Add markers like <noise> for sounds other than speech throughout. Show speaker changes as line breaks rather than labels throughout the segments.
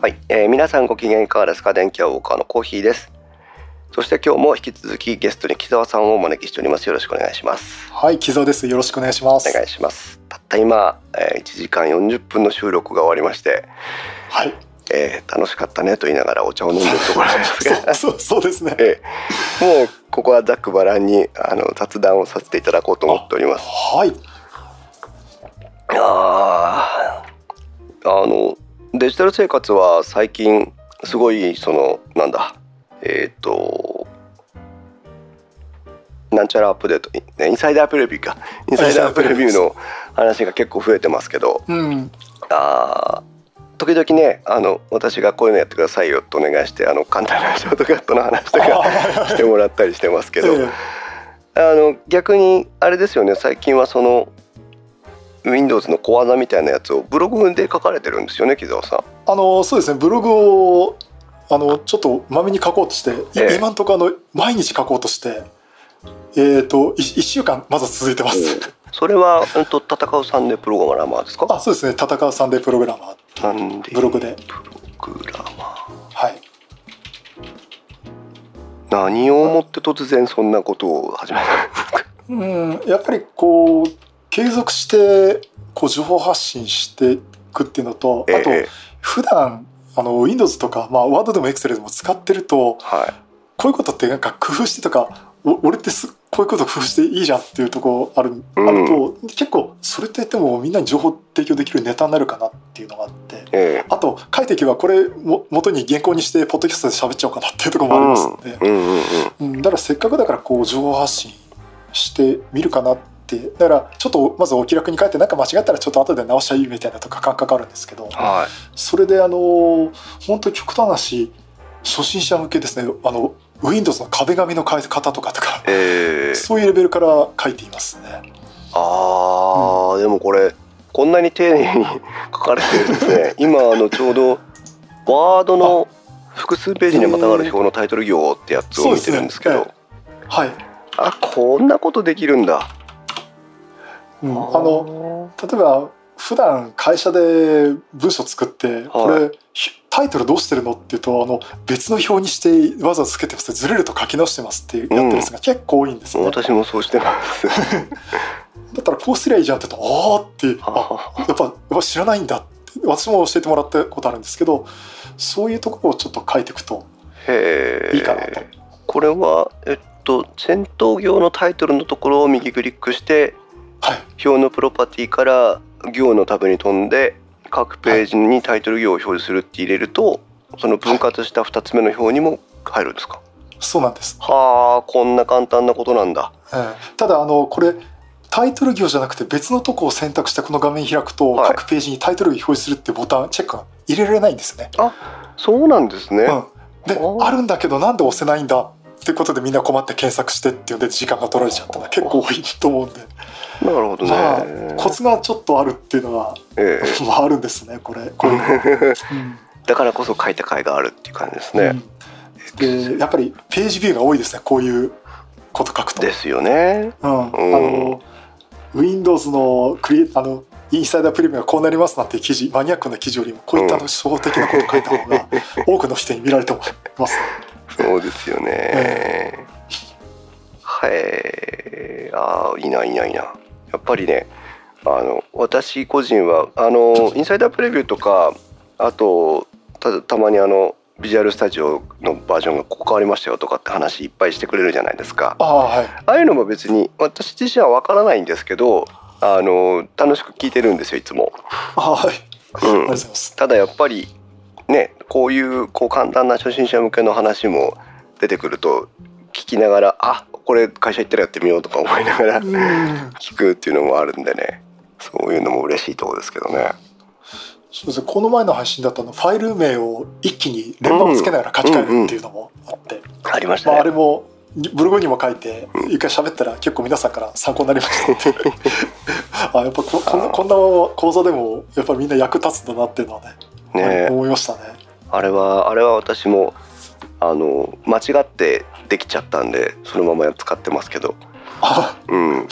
はい、えー皆さんご機嫌いかがですか電気屋ウォーカーのコーヒーですそして今日も引き続きゲストに木澤さんをお招きしておりますよろしくお願いします
はい、木澤です。よろしくお願いします。
お願いしますたった今、え1時間40分の収録が終わりまして、
はい。 <laughs>
えー楽しかったねと言いながらお茶を飲んでるところなんですが
そう、そう、そうですね。
ええもうここはざっくばらんにあの雑談をさせていただこうと思っております。
はい。
あーあのデジタル生活は最近すごいそのなんだえっ、となんちゃらアップデートインインサイダーアップレビューかインサイダーアップレビューの話が結構増えてますけど
うん。
あー時々ねあの私がこういうのやってくださいよとお願いしてあの簡単なショートカットの話とか
あ
してもらったりしてますけど。
<laughs> ええ
あの逆にあれですよね最近はその Windows の小技みたいなやつをブログで書かれてるんですよね木澤さん。
あの、そうですね。ブログを。あの、ちょっとまめに書こうとして、い
ええ
今のところ、あの、毎日書こうとして。えっ、と、い一週間、まず続いてます。
それはうんと戦うサンデープログラマーですか
<laughs> あ、そうですね。戦うサンデープログラマー。
サンデー
ブログで。
プログラマ
はい。
ー何をもって突然そんなことを始めた
うん、やっぱりこう。継続して。こう情報発信して。いくっていうのと、あと。
ええ
普段あの Windows とか、まあ、Word でも Excel でも使ってると
はい
こういうことってなんか工夫してとかお俺ってすこういうこと工夫していいじゃんっていうところある,、
うん
あると結構それってでもみんなに情報提供できるネタになるかなっていうのがあって
ええ
あと書いていけばこれも元に原稿にしてポッドキャストで喋っちゃおうかなっていうところもありますので、
うんうんうん
うん、だからせっかくだからこう情報発信してみるかなってだからちょっとまずお気楽に書いてなんか間違ったらちょっと後で直しゃいいみたいなとか感覚あるんですけど。
は
それであの本当極端な話初心者向けですねあの Windows の壁紙の変え方とかとか
いええ
そういうレベルから書いていますね。
あー、でもこれこんなに丁
<laughs>
寧に書かれてるんですね今あのちょうどワードの複数ページにまたがる表のタイトル行ってやつを見てるんですけ
そう
ど
ではい、
あこんなことできるんだ
う
あ
ん、あの例えば普段会社で文章作ってこれ、ひタイトルどうしてるのっていうとあの別の表にしてわざわざつけてますずれると書き直してますってやってるやつが結構多いんですよね、
私もそうしてます
だったらこうすりゃいいじゃんって言うとああってあ
あ
やっぱやっぱ知らないんだって私も教えてもらったことあるんですけどそういうところをちょっと書いていくと
へえ
いいかなと、
これはえっと戦闘行のタイトルのところを右クリックして
はい
表のプロパティから行のタブに飛んで各ページにタイトル行を表示するって入れるとその分割した2つ目の表にも入るんですか
そうなんです、
はあこんな簡単なことなんだ
ええただあのこれタイトル行じゃなくて別のとこを選択してこの画面開くと、
はい
各ページにタイトルを表示するってボタンチェックが入れられないんですね、
そうなんですね、
うん、で
おー
あるんだけどなんで押せないんだってことでみんな困って検索してっていうんで時間が取られちゃったら結構多いと思うんで
なるほどね、
まあコツがちょっとあるっていうのは、
ええ
まあ、あるんですねこれこういうの、うん
だからこそ書いた甲斐があるっていう感じですね、
うんでやっぱりページビューが多いですねこういうこと書くと。
ですよね
うん、あの Windows のクリエあのインサイダープレミアがこうなりますなんていう記事マニアックな記事よりもこういったあの初歩的なこと書いた方 <laughs> が多くの人に見られてもます。
そうですよね、はいあーいいないいないいなやっぱりねあの私個人はあのインサイダープレビューとかあとたたまにあのビジュアルスタジオのバージョンがここ変わりましたよとかって話いっぱいしてくれるじゃないですか
ああはい。
ああいうのも別に私自身はわからないんですけどあの楽しく聞いてるんですよいつも。
ああはい。ありがとうございます。
ただやっぱりねこういうこう簡単な初心者向けの話も出てくると聞きながらあこれ会社行ったらやってみようとか思いながら
うん
聞くっていうのもあるんでねそういうのも嬉しいところですけどね
そうですね、この前の配信だとあのファイル名を一気に連番をつけながら書き換えるっていうのもあって、
ありまし
まあ、
た
あれ
ね
もブログにも書いて一回喋ったら結構皆さんから参考になりましたって <laughs> あやっぱここんなこんな講座でもやっぱみんな役立つんだなっていうのはね
ね
思いましたね。
あれはあれは私もあの間違ってできちゃったんでそのまま使ってますけど
あ
うん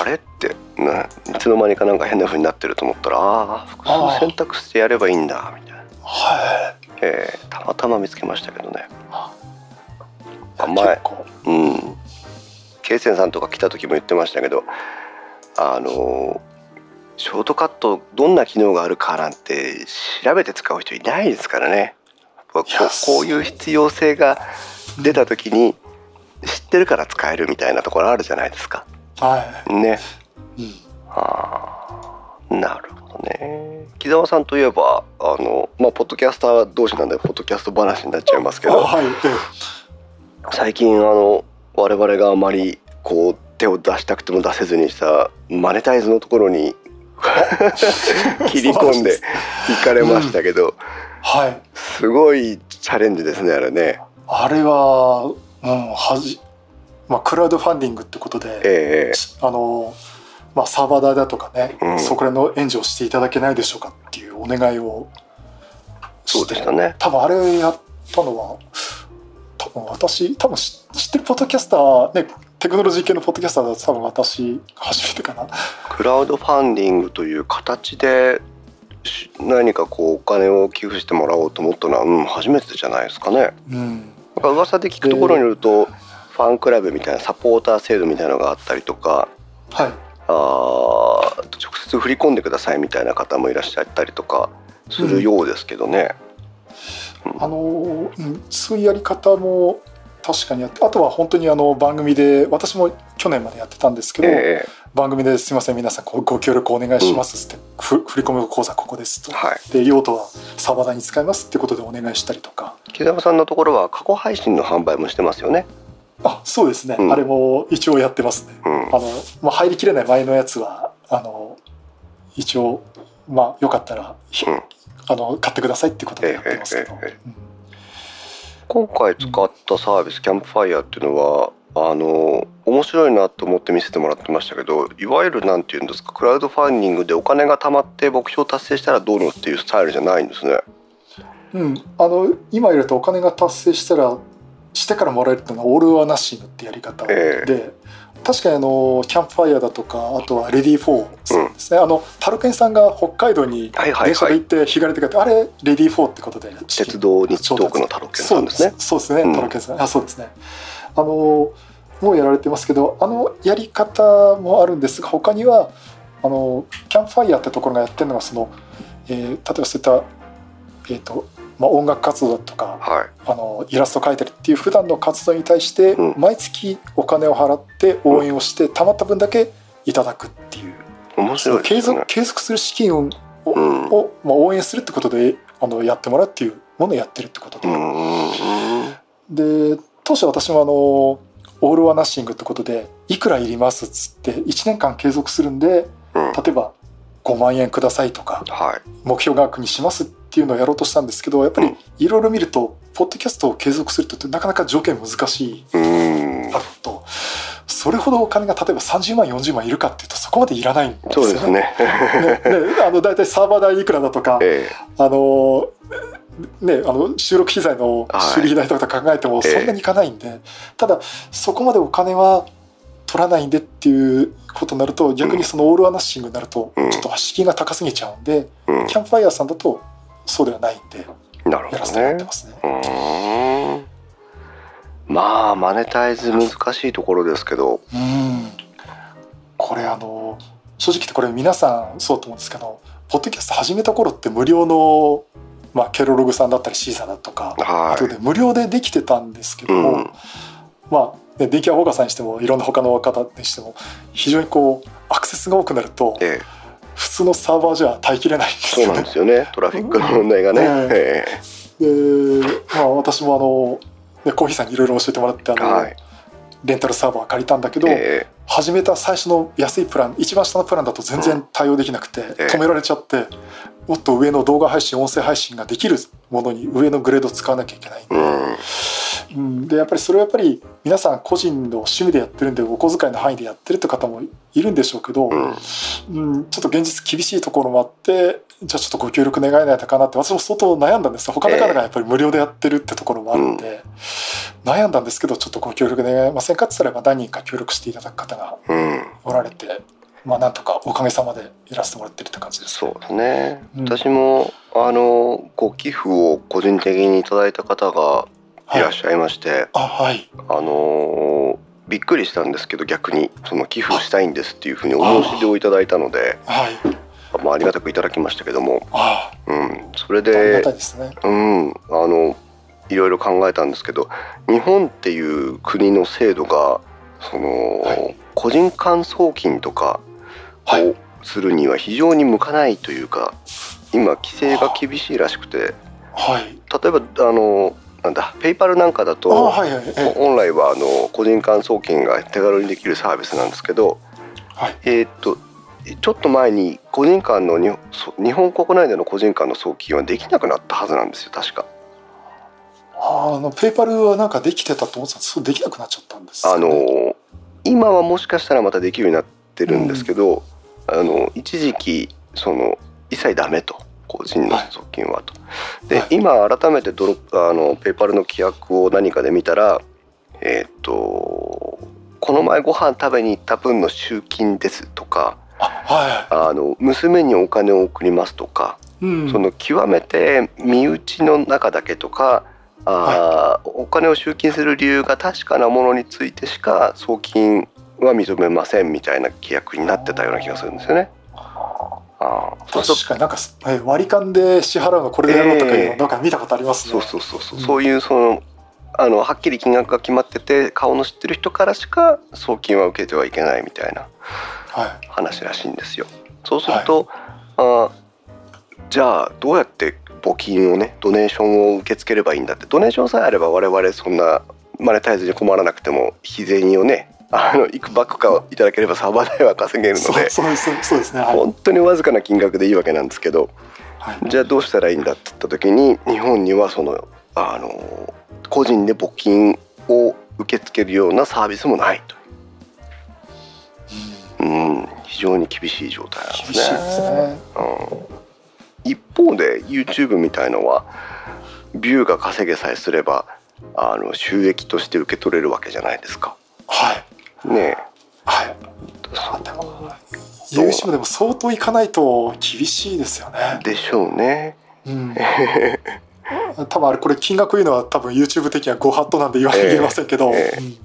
あれってないつの間にかなんか変な風になってると思ったらああ複数選択してやればいいんだみたいな
は
えーたまたま見つけましたけどね
い
甘い
結構
うんケイセンさんとか来た時も言ってましたけどあのーショートカットどんな機能があるかなんて調べて使う人いないですからねこう
いや
こういう必要性が出た時に知ってるから使えるみたいなところあるじゃないですか
は
ね
い、うん、
あーなるほどね木澤さんといえばあの、まあ、ポッドキャスター同士なんでポッドキャスト話になっちゃいますけ
あ
ど
はいえ
最近あの我々があまりこう手を出したくても出せずにしたマネタイズのところに <laughs>
え
切り込んでいかれましたけど、
はい
すごいチャレンジですねあれね。
あれはうんはじまあクラウドファンディングってことで
ええ
あのまあサーバー代だとかね、
うん
そこらの援助をしていただけないでしょうかっていうお願いをして
そうでしたね。
多分あれやったのは多分私多分知知ってるポッドキャスターねテクノロジー系のポッドキャスターだと多分私初めてかな
クラウドファンディングという形でし何かこうお金を寄付してもらおうと思ったのは、うん、初めてじゃないですかね。
うん
なんか噂で聞くところによると、ファンクラブみたいなサポーター制度みたいなのがあったりとか
はい
あー直接振り込んでくださいみたいな方もいらっしゃったりとかするようですけどね。
あのうんそういうやり方も確かにあってあとは本当にあの番組で私も去年までやってたんですけど、
え
番組ですいません皆さんごご協力お願いしますって、ふ振り込み口座ここです
え
と、
はい、
で用途はサバダに使いますってことでお願いしたりとか
木澤さんのところは過去配信の販売もしてますよね。
あそうですね、
うん
あれも一応やってますね
うん
あ、の、まあ、入りきれない前のやつはあの一応まあよかったら、ひ
うん
あの買ってくださいってことでやってますけど、
ええええ
うん
今回使ったサービスキャンプファイヤーっていうのはあの面白いなと思って見せてもらってましたけどいわゆるなんていうんですかクラウドファンディングでお金が貯まって目標達成したらどうのっていうスタイルじゃないんですね。
うん、あの今いるとお金が達成したらしてからもらえるっていうのはオール・オア・ナッシングってやり方で、
え
確かにあのキャンプファイヤーだとかあとはレディー・フォーさんですね、あのタルケンさんが北海道に
はいはい
電車
は
で
い
行って日帰りで帰って、あれレディー・フォーってことで
鉄道日東区の太郎健さんですね。
そうですそうで
う
す
ん
ね、タロケンさん、あ、そうですね。あのもうやられてますけど、あのやり方もあるんですが、他にはあのキャンプファイヤーってところがやってるのがその、えー例えばそういったえっ、とまあ音楽活動だとか、
はい、
あのイラスト描いたりっていう普段の活動に対して、
うん
毎月お金を払って応援をして、たまった分だけいただくっていう、
面
そ
白
の
い
継
ですね
続。継続する資金をを、
うん
まあ、応援するってことであのやってもらうっていうものをやってるってことで。
うんうんうん
で当初私もあのオール・オア・ナッシングってことでいくらいりますっつって1年間継続するんで
うん
例えば5万円くださいとか
はい
目標額にしますっていうのをやろうとしたんですけどやっぱ
う
り
ん
いろいろ見るとポッドキャストを継続するとなかなか条件難しいう
ーん
あとそれほどお金が例えば30万40万いるかっていうとそこまでいらないんですよ
そうです
ね。
ね。
<laughs> ねねあの大体サーバー代いくらだと
<laughs>
か、
え
あのね、あの収録機材の
はい
修理費代とか考えても
ええ
そんなにいかないんで、ただそこまでお金は取らないんでっていうことになると逆にそのオールアナッシングになると
うん
ちょっと敷金が高すぎちゃうんで、
えうん
キャンプファイヤーさんだとそうではないんで
なるほ
やら
ど
せてもらっ
ね
て。ますね。
うーんまあマネタイズ難しいところですけど、
うんこれあの正直言ってこれ皆さんそうと思うんですけどポッドキャスト始めた頃って無料の、まあ、ケロログさんだったりシーサーだとか、
は
あとで無料でできてたんですけ
い。
ど
う
も。
ん
まあ、ね電気屋ウォーカーさんにしてもいろんな他の方にしても非常にこうアクセスが多くなると
ええ
普通のサーバーじゃ耐えきれないんです
そうな
よ
ん
ね
で。すよね。トラフィックの問題がね。
うん
え
でまあ、私もあの、ね、コーヒーさんにいろいろ教えてもらってあ
え
の、
はい。
レンタルサーバー借りたんだけど、
え
始めた最初の安いプラン一番下のプランだと全然対応できなくて、
ええ
止められちゃってもっと上の動画配信音声配信ができるものに上のグレードを使わなきゃいけない
えうん。
うん、でやっぱりそれはやっぱり皆さん個人の趣味でやってるんでお小遣いの範囲でやってるって方もいるんでしょうけど、
うん。
うんちょっと現実厳しいところもあってじゃあちょっとご協力願えないのかなって私も相当悩んだんです他の方がやっぱり無料でやってるってところもあるんで、悩んだんですけどちょっとご協力願えませんかって言ったらまあ何人か協力していただく方が
うん。
おられて、まあ、なんとかおかげさまでやらせてもらってるって感じです。
そうですね。
うん
私もあのご寄付を個人的にいただいた方がいらっしゃいまして、
あはい
あのーびっくりしたんですけど逆にその寄付したいんですっていうふうにお申し出をいただいたので
はい
あ,、まあ、ありがたくいただきましたけども、
あ
うん、それ
あありが
で
たいですね
うん、あのいろいろ考えたんですけど日本っていう国の制度がその、
はい
個人間送金とか
はい
をするには非常に向かないというか今規制が厳しいらしくて
はい
例えばあのなんだペイパルなんかだ
あ
と、
はいはいええ
本来はあの個人間送金が手軽にできるサービスなんですけど、
はい
えーっとちょっと前に個人間のにそ日本国内での個人間の送金はできなくなったはずなんですよ確か。
ああのペイパルはなんかできてたと思ってたんですけどできなくなっちゃったんです
あ
よね、
の今はもしかしたらまたできるようになってるんですけど、あの一時期その一切ダメと個人の送金はと。で、
はい
今改めてドロップあのペイパルの規約を何かで見たらえーっとこの前ご飯食べに行った分の集金ですとか
あは
あの娘にお金を送りますとか、
い、うん、
その極めて身内の中だけとかあー、お金を集金する理由が確かなものについてしか送金は認めませんみたいな規約になってたような気がするんですよね。あーそうすると
確かになんかすえ割り勘で支払うのこれでやろうとかいう
ええ
のなんか見たことありますね。
そうそうそうそう、
うん
そういうそのあのはっきり金額が決まってて顔の知ってる人からしか送金は受けてはいけないみたいな
は
話らしいんですよ。そうすると、あーじゃあどうやって募金をねドネーションを受け付ければいいんだってドネーションさえあれば我々そんなマネタイズに困らなくても日銭をねあのいくばくかいただければサーバー代は稼げ
い。
るの
そう
で
そうそうそうですね。はい。
本当にわずかな金額でいいわけなんですけど
はい、
じゃあどうしたらいいんだって言った時に日本にはそのあの個人で募金を受け付けるようなサービスもないという、うん、非常に厳しい状態なんです
厳しい
ね。
ですね。
うん一方で YouTube みたいのはビューが稼げさえすればあの収益として受け取れるわけじゃないですか。
はい
ね
はい。あでも有志部でも相当いかないと厳しいですよ
え
ね。
でしょうね。
うん。
<laughs>
多分あれこれ金額言うのは多分 YouTube 的にはご法度なんで言わ言えませんけど、
ええ
うんいや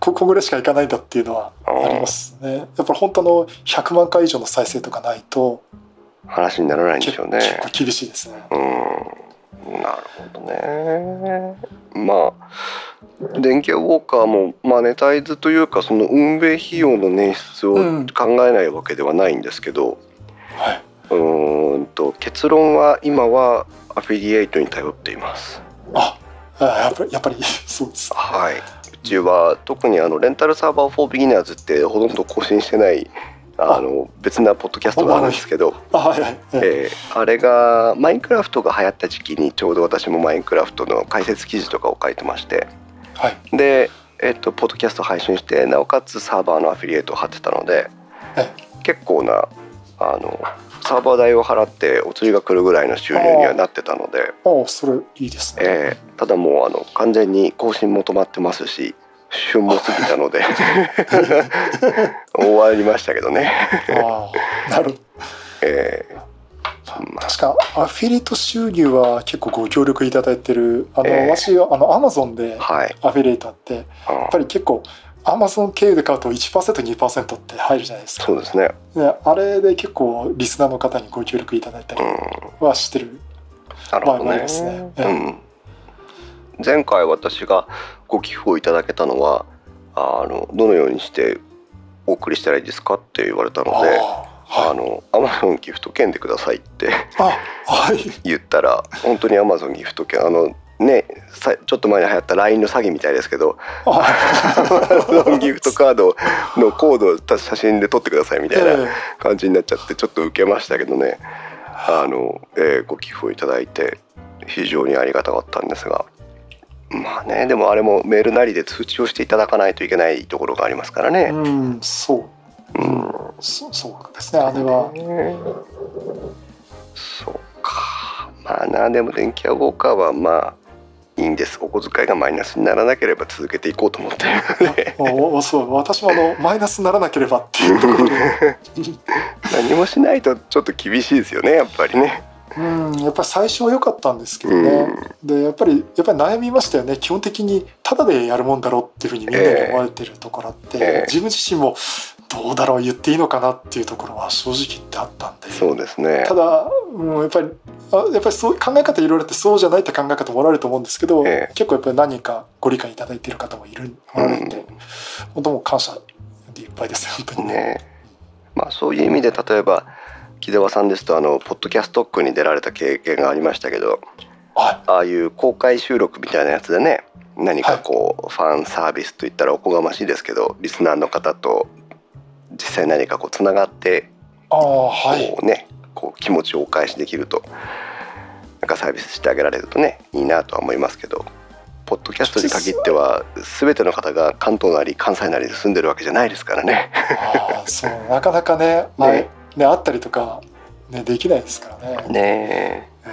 ここぐらいしかいかないんだっていうのはありますね。やっぱり本当あの100万回以上の再生とかないと
話にならないんで
結
しょ
構
うね。
厳しいですね。
うんなるほどね。まあ電気屋ウォーカーもマネタイズというかその運営費用の捻出を
うん
考えないわけではないんですけど、
はい。
うーんと結論は今はアフィリエイトに頼っています。
あ、あやっぱりやっぱり <laughs> そうです。
はい、うちは特にあのレンタルサーバー for beginners ってほとんど更新してないあの別なポッドキャストがあるんですけど、
あはいはい。ええ
えーあれがマインクラフトが流行った時期にちょうど私もマインクラフトの解説記事とかを書いてまして
はい。
で、えっとポッドキャスト配信してなおかつサーバーのアフィリエイトを貼ってたので
え
結構なあのサーバー代を払ってお釣りが来るぐらいの収入にはなってたので。
おそれいいですね。
えーただもうあの完全に更新も止まってますし旬も過ぎたので終わりましたけどね、
ああ、なるほど。
えまあ
確かアフィリエイト収入は結構ご協力いただいてる。あの、
ええ
私はあのアマゾン
ー
で
はい、
アフィリエイトあって、やっ
うん
ぱり結構アマゾン経由で買うと1%、2%って入るじゃないですか。
そうですね、
であれで結構リスナーの方にご協力いただいた
う
り
ん、
はしてる
なる
場
ほ
合
ど
もあり
ね
ま、すね。
う
ええ
ん、前回私がご寄付をいただけたのはあのどのようにしてお送りしたらいいですかって言われたの
あ
で
あ
あ
はい。
のアマゾンギフト券でくださいって <laughs>
あはい。
言ったら本当にアマゾンギフト券あのねさちょっと前に流行った LINE の詐欺みたいですけど <laughs>
あ
ギフトカードのコードを写真で撮ってくださいみたいな
え
感じになっちゃってちょっと受けましたけどねあの、えーご寄付をいただいて非常にありがたかったんですがまあねでもあれもメールなりで通知をしていただかないといけないところがありますからね。
えうん、そう。
うん、
そそうですね、あれは。
そうかまあなでも電気屋ウォーカーはまあいいんですお小遣いがマイナスにならなければ続けていこうと思ってる <laughs> ので
おおそう私もあのマイナスにならなければっていうところで、
<laughs> 何もしないとちょっと厳しいですよねやっぱりね。
うんやっぱり最初は良かったんですけどね、でやっぱりやっぱり悩みましたよね基本的にただでやるもんだろうっていうふうにみんなに思われてるところあって、
ええ
自分自身もどうだろう言っていいのかなっていうところは正直言ってあったんで
そうですね
ただ、うん、やっぱりあやっぱりそう考え方いろいろあってそうじゃないって考え方もおられると思うんですけど、
ええ
結構やっぱり何人かご理解いただいている方もいるおられて、
うん
本当もう感謝でいっぱいですよ本当にね。
ねまあ、そういう意味で例えば木澤さんですとあのポッドキャストックに出られた経験がありましたけど
は
ああいう公開収録みたいなやつでね何かこう、ファンサービスといったらおこがましいですけどリスナーの方と実際何かこうつながって
い、ああはい
こうね、こう気持ちをお返しできるとなんかサービスしてあげられるとねいいなとは思いますけどポッドキャストに限っては全ての方が関東なり関西なりで住んでるわけじゃないですからね。
ああそうなかなかね
<laughs> ね
あれねあったりとか、ね、できないですからね。
ね
ええ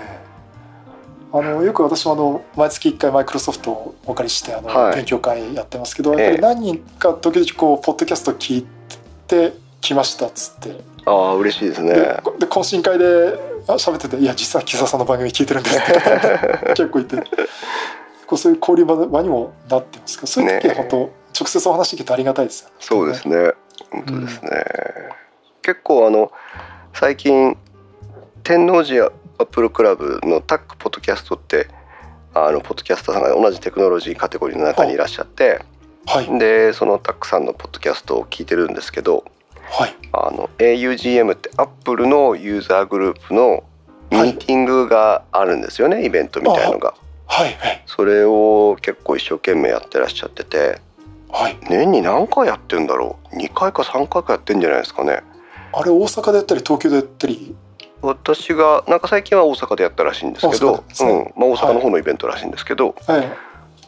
あのよく私もあの毎月1回マイクロソフトをお借りしてあの、
はい
勉強会やってますけど
ええ
やっぱり何人か時々こうポッドキャスト聞いてきましたっつって
ああ嬉しいですね。
でこで懇親会であ喋ってて「いや実は木澤さんの番組聞いてるんです」って
<laughs>
結構いてこうそういう交流場場にもなってますけどそういう時は
ね
本当、直接お話聞けてありがたいですよね。
そうですね。本当ですね。結構あの最近天王寺アップルクラブのタックポッドキャストってあのポッドキャスターさんが同じテクノロジーカテゴリーの中にいらっしゃって、
はい、
でそのタックさんのポッドキャストを聞いてるんですけど、
はい、
あの AUGM ってアップルのユーザーグループのミーティングがあるんですよね、イベントみたいのが。
はい、はい、
それを結構一生懸命やってらっしゃってて
はい、
年に何回やってんだろう2回か3回かやってんじゃないですかね
あれ大阪でやったり東京でやったり
私がなんか最近は大阪でやったらしいんですけど
大阪ですね
うんまあ、大阪の方のイベントらしいんですけど、
はい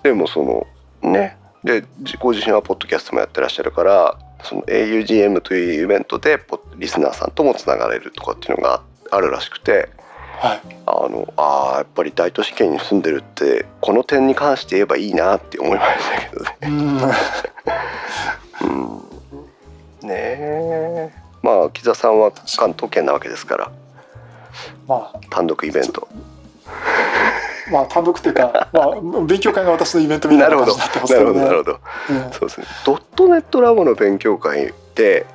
でもそのねで自ご自身はポッドキャストもやってらっしゃるからその augm というイベントでポリスナーさんともつながれるとかっていうのがあるらしくて
はい
あのあーやっぱり大都市圏に住んでるってこの点に関して言えばいいなって思いましたけどね。
<laughs> うん
うん、ねえまあ木座さんは関東圏なわけですから
まあ
単独イベント。
まあ単独っていうか、 <laughs> まあ、勉強会が私のイベントみた
ないる
な
ほ
感じ
ど
になってます
な
け
る
ど
ほど
ね。
なるほど。
うん
そうですね。ドットネットラボの勉強会で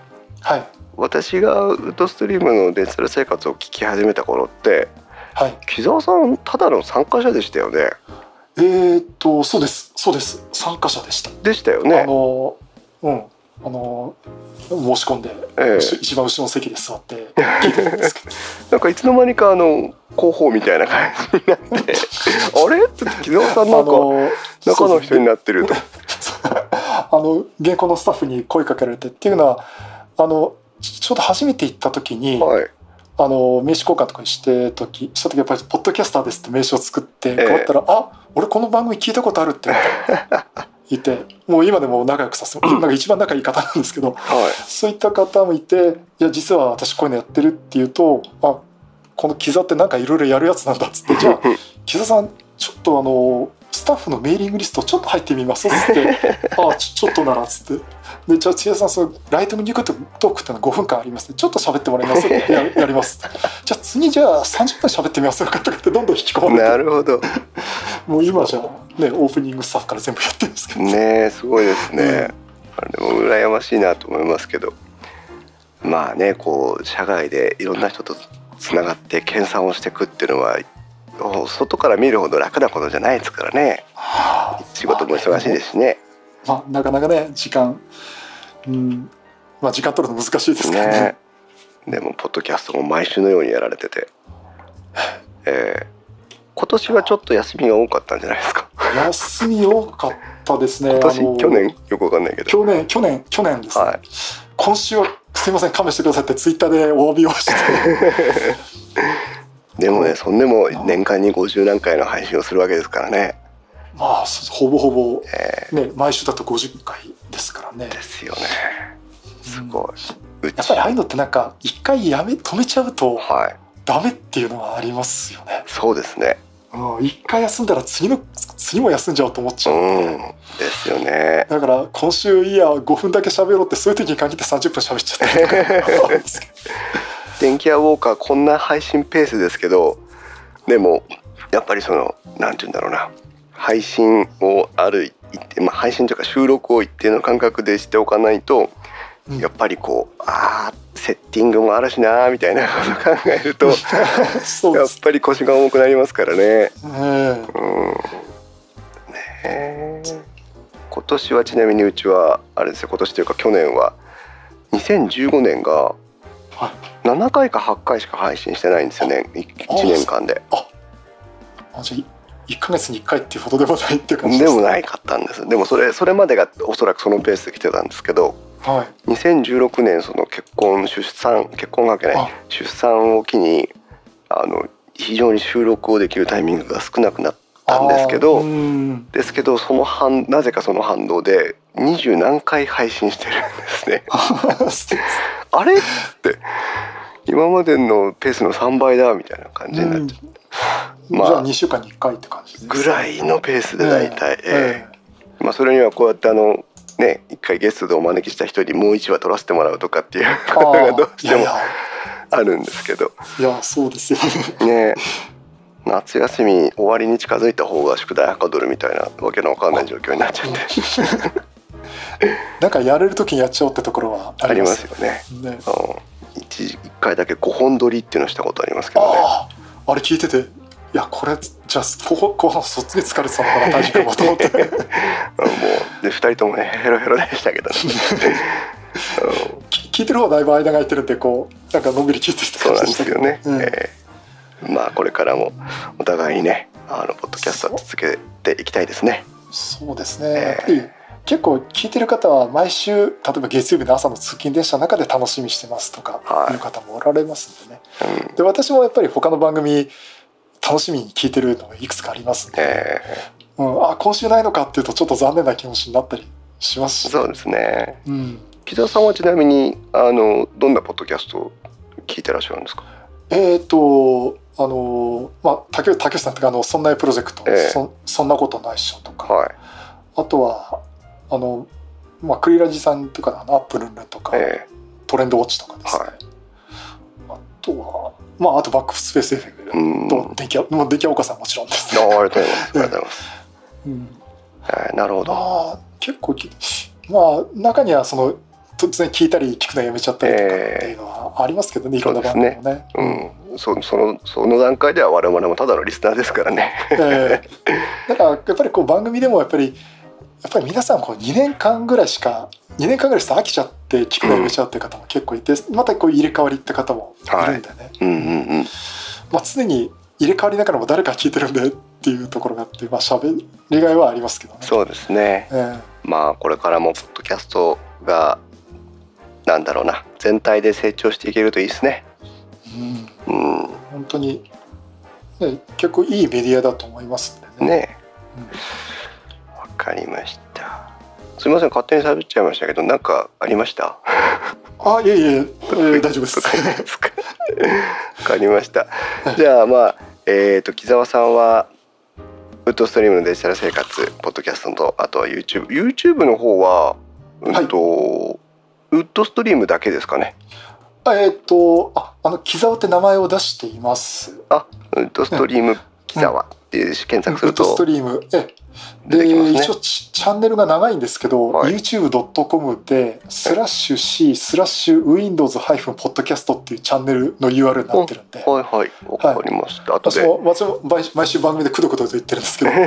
はい
私がウッドストリームのデジタル生活を聞き始めた頃って
はい。
木澤さんただの参加者でしたよね。
えーっとそうですそうです参加者でした。
でしたよ
あ
ね。
のうんあの申し込んで、
ええ
し一番後ろの席で座って聞いてたんですけ
<laughs>
ど
なんかいつの間にかあの広報みたいな感じにな <laughs> って「あれ?」って木澤さんなんか中の人に
な
なってると。
<laughs> あの原稿のスタッフに声かけられてっていうのはあのちちょうど初めて行った時に、
はい、
あの名刺交換とかして時した時やっぱり「ポッドキャスターです」って名刺を作って
え
配ったら「あ俺この番組聞いたことある」って思ってい <laughs> てもう今でも仲良
<laughs>
くさせてなんか一番仲いい方なんですけど
はい、 <laughs>
そういった方もいて「いや実は私こういうのやってる」って言うと「あこのキザってなんかいろいろやるやつなんだ」っつって「じゃあ木澤さんちょっとあのスタッフのメーリングリストちょっと入ってみます」っ
<laughs>
つって「あちょちょっとなら」っつって「でじゃあ木澤さんそのライトミニクトークってのは5分間ありますねちょっと喋ってもらいま
<laughs>
す」ってややりますじゃあ次じゃあ30分喋ってみましょうかとかってどんどん引き込まれて
<laughs> なるほど
もう今じゃあねオープニングスタッフから全部やってるんですけど、
ねえすごいですね、あれも羨ましいなと思いますけどまあねこう社外でいろんな人とつながって研鑽をしていくっていうのはお外から見るほど楽なことじゃないですからね仕事も忙しいですしね
まあ、なかなかね時間うんまあ時間取るの難しいですからね
ねでもポッドキャストも毎週のようにやられてて、ええ今年はちょっと休みが多かったんじゃないですか
休み多かったですね
今
あの
年去年よくわかんないけど
去年去年去年ですね、
はい
今週はすいません勘弁してくださいってツイッターでお詫びを
<laughs>
して
でもねそんでも年間に50何回の配信をするわけですからね
まあそほぼほぼ、
え
ね、毎週だと50回ですからね
ですよねすごい、う
やっ
ち
ぱりああいうのってなんか一回やめ止めちゃうと
はい
ダメっていうのはありますよね
そうですね
うん一回休んだら次の次も休んじゃうと思っち
う
ゃう、
んですよね
だから今週いいや5分だけ喋ろうってそういう時に限って30分喋
<laughs>
っちゃったりとか
電気屋ウォーカーこんな配信ペースですけどでもやっぱりその何て言うんだろうな配信をある一定、まあ、配信というか収録を一定の間隔でしておかないと
うん
やっぱりこうあーセッティングもあるしなーみたいなことを考えると
そう
や
で
っ
す
ぱり腰が重くなりますからね。
ね。
うんねえ今年はちなみにうちはあれですよ今年というか去年は2015年が
は
7回か8回しか配信してないんですよね1年間で。
あじゃあ1ヶ月に1回っていうほどでもないっていう感じ。
でもないいかったんですでもそれそれまでがおそらくそのペースで来てたんですけど
はい。
2016年その結婚出産結婚関係な
あ
い出産を機にあの非常に収録をできるタイミングが少なくなったんですけど
あーうん
ですけどその反なぜかその反動で二十何回配信してるんですねあれって今までのペースの3倍だみたいな <laughs> 感じになっちゃ
うん
まあ
じゃあ2週間に1回って感じです
うぐらいのペースで大体、
え
ええまあ、それにはこうやってあのね一回ゲストでお招きした人にもう一話撮らせてもらうとかっていう
え
ことが
あ
<laughs>
ー
どうして
い
も
や
あるんですけど
いやいやそうですよ
ね夏休み終わりに近づいた方が宿題はかどるみたいなわけのわかんない状況になっちゃって
<laughs> なんかやれる時にやっちゃおうってところは
あ
あ
り
り
ま
ますす
よね。
よね
あの一時一回だけ5本撮りっていうのをしたことありますけどね
あああれ聞いてていやこれじゃあ後半後半そっちに疲れてたのかな大丈夫かと思って
<laughs> あのもうで2人ともね <laughs> ヘロヘロでしたけどねあの
聞いてる方はだいぶ間が空いてるんでこうなんかのんびり聞いてきた
そう
感
なん
じ
で
でした
す
け
よ
ど
ね、
うん
えーまあこれからもお互いにねあのポッドキャストは続けていきたいですね
そうです
え
ね
え
やっぱり結構聞いてる方は毎週例えば月曜日の朝の通勤電車の中で楽しみにしてますとか
はい
いう方もおられますんでね、
うん
で私もやっぱり他の番組楽しみに聞いてるのがいくつかありますんで、
え
うん、あ今週ないのかっていうとちょっと残念な気持ちになったりします
ー
し、
そうですね
うん、
木田さんはちなみにあのどんなポッドキャストを聞いてらっしゃるんですか
えっ、とあのまあ竹内竹内さんとかあのそんなプロジェクト、
ええ
そそんなことないっしょとか
はい
あとはあのまあクリラジさんとかのあのアップルンルンとか、
え
トレンドウォッチとかですね、
は
あとはまああとバックスペース FM
ー、うん
と電気屋、もう電気屋岡さんもちろんです、
あありがとうございますありがとうございます、
うん
えーなるほど
まあ結構きまあ中にはその突然聞いたり聞くのやめちゃったりとかっていうのはありますけどね、いろんな番組もね。
うん、そそのその段階では我々もただのリスナーですからね。
ええだからやっぱりこう番組でもやっぱりやっぱり皆さんこう2年間ぐらいしか2年間ぐらいして飽きちゃって聞くのやめちゃうっていう方も結構いて、またこう入れ替わりって方もいるんでね、
うんうんうん。
まあ、常に入れ替わりながらも誰か聞いてるんでっていうところがあってまあ喋りがいはありますけどね。
そうですね。
え
まあこれからもポッドキャストがなんだろうな全体で成長していけるといいですね。
えうん
うん。
本当に、ね、結構いいメディアだと思いますんでね。
ね
うん
え。わかりました。すみません勝手に喋っちゃいましたけどなんかありました。
あいえいえ、えー大丈夫
<laughs>
です。
ですか。わかりました。じゃあまあえっ、と木澤さんはウッドストリームのデジタル生活ポッドキャストとあとは YouTube YouTube の方はうんと、ウッドストリームだけですかね。
あえっ、とああの木沢って名前を出しています。
ウッドストリーム木澤っていう検索する
ウッドスト
と
リームええ
出てきま
です
ね
一応チチャンネルが長いんですけど、
はい
youtube.com でスラッシュ C スラッシュ Windows-podcast っていうチャンネルの URL になってるんで。
はいはいわかりました。後
私
で
も私も毎毎週番組でくどくどと言ってるんですけど、
<laughs>
まあ、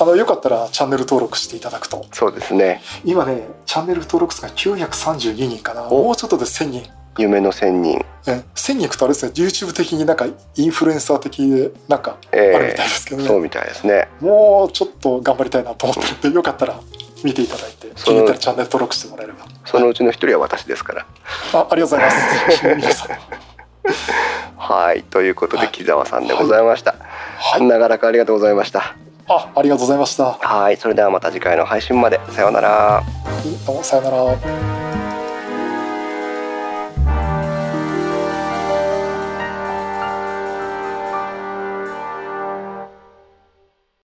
あのよかったらチャンネル登録していただくと
そうですね
今ねチャンネル登録数が932人かな
お
もうちょっとで1000人
夢の千人、
え1000人いくとあれですね YouTube 的になんかインフルエンサー的でなんか
え
あ
え
れみたいですけどね、
そうみたいですね。
もうちょっと頑張りたいなと思ってるんでよかったら見ていただいて気
そう
に入ったらチャンネル登録してもらえれば
そのうちの一人は私ですから。
あありがとうございま
<laughs>
す皆さん
はいということで
はい
木澤さんでございました。
はい
長らくありがとうございました。
あありがとうございました
はい、それではまた次回の配信まで。さようなら。
どうもさよなら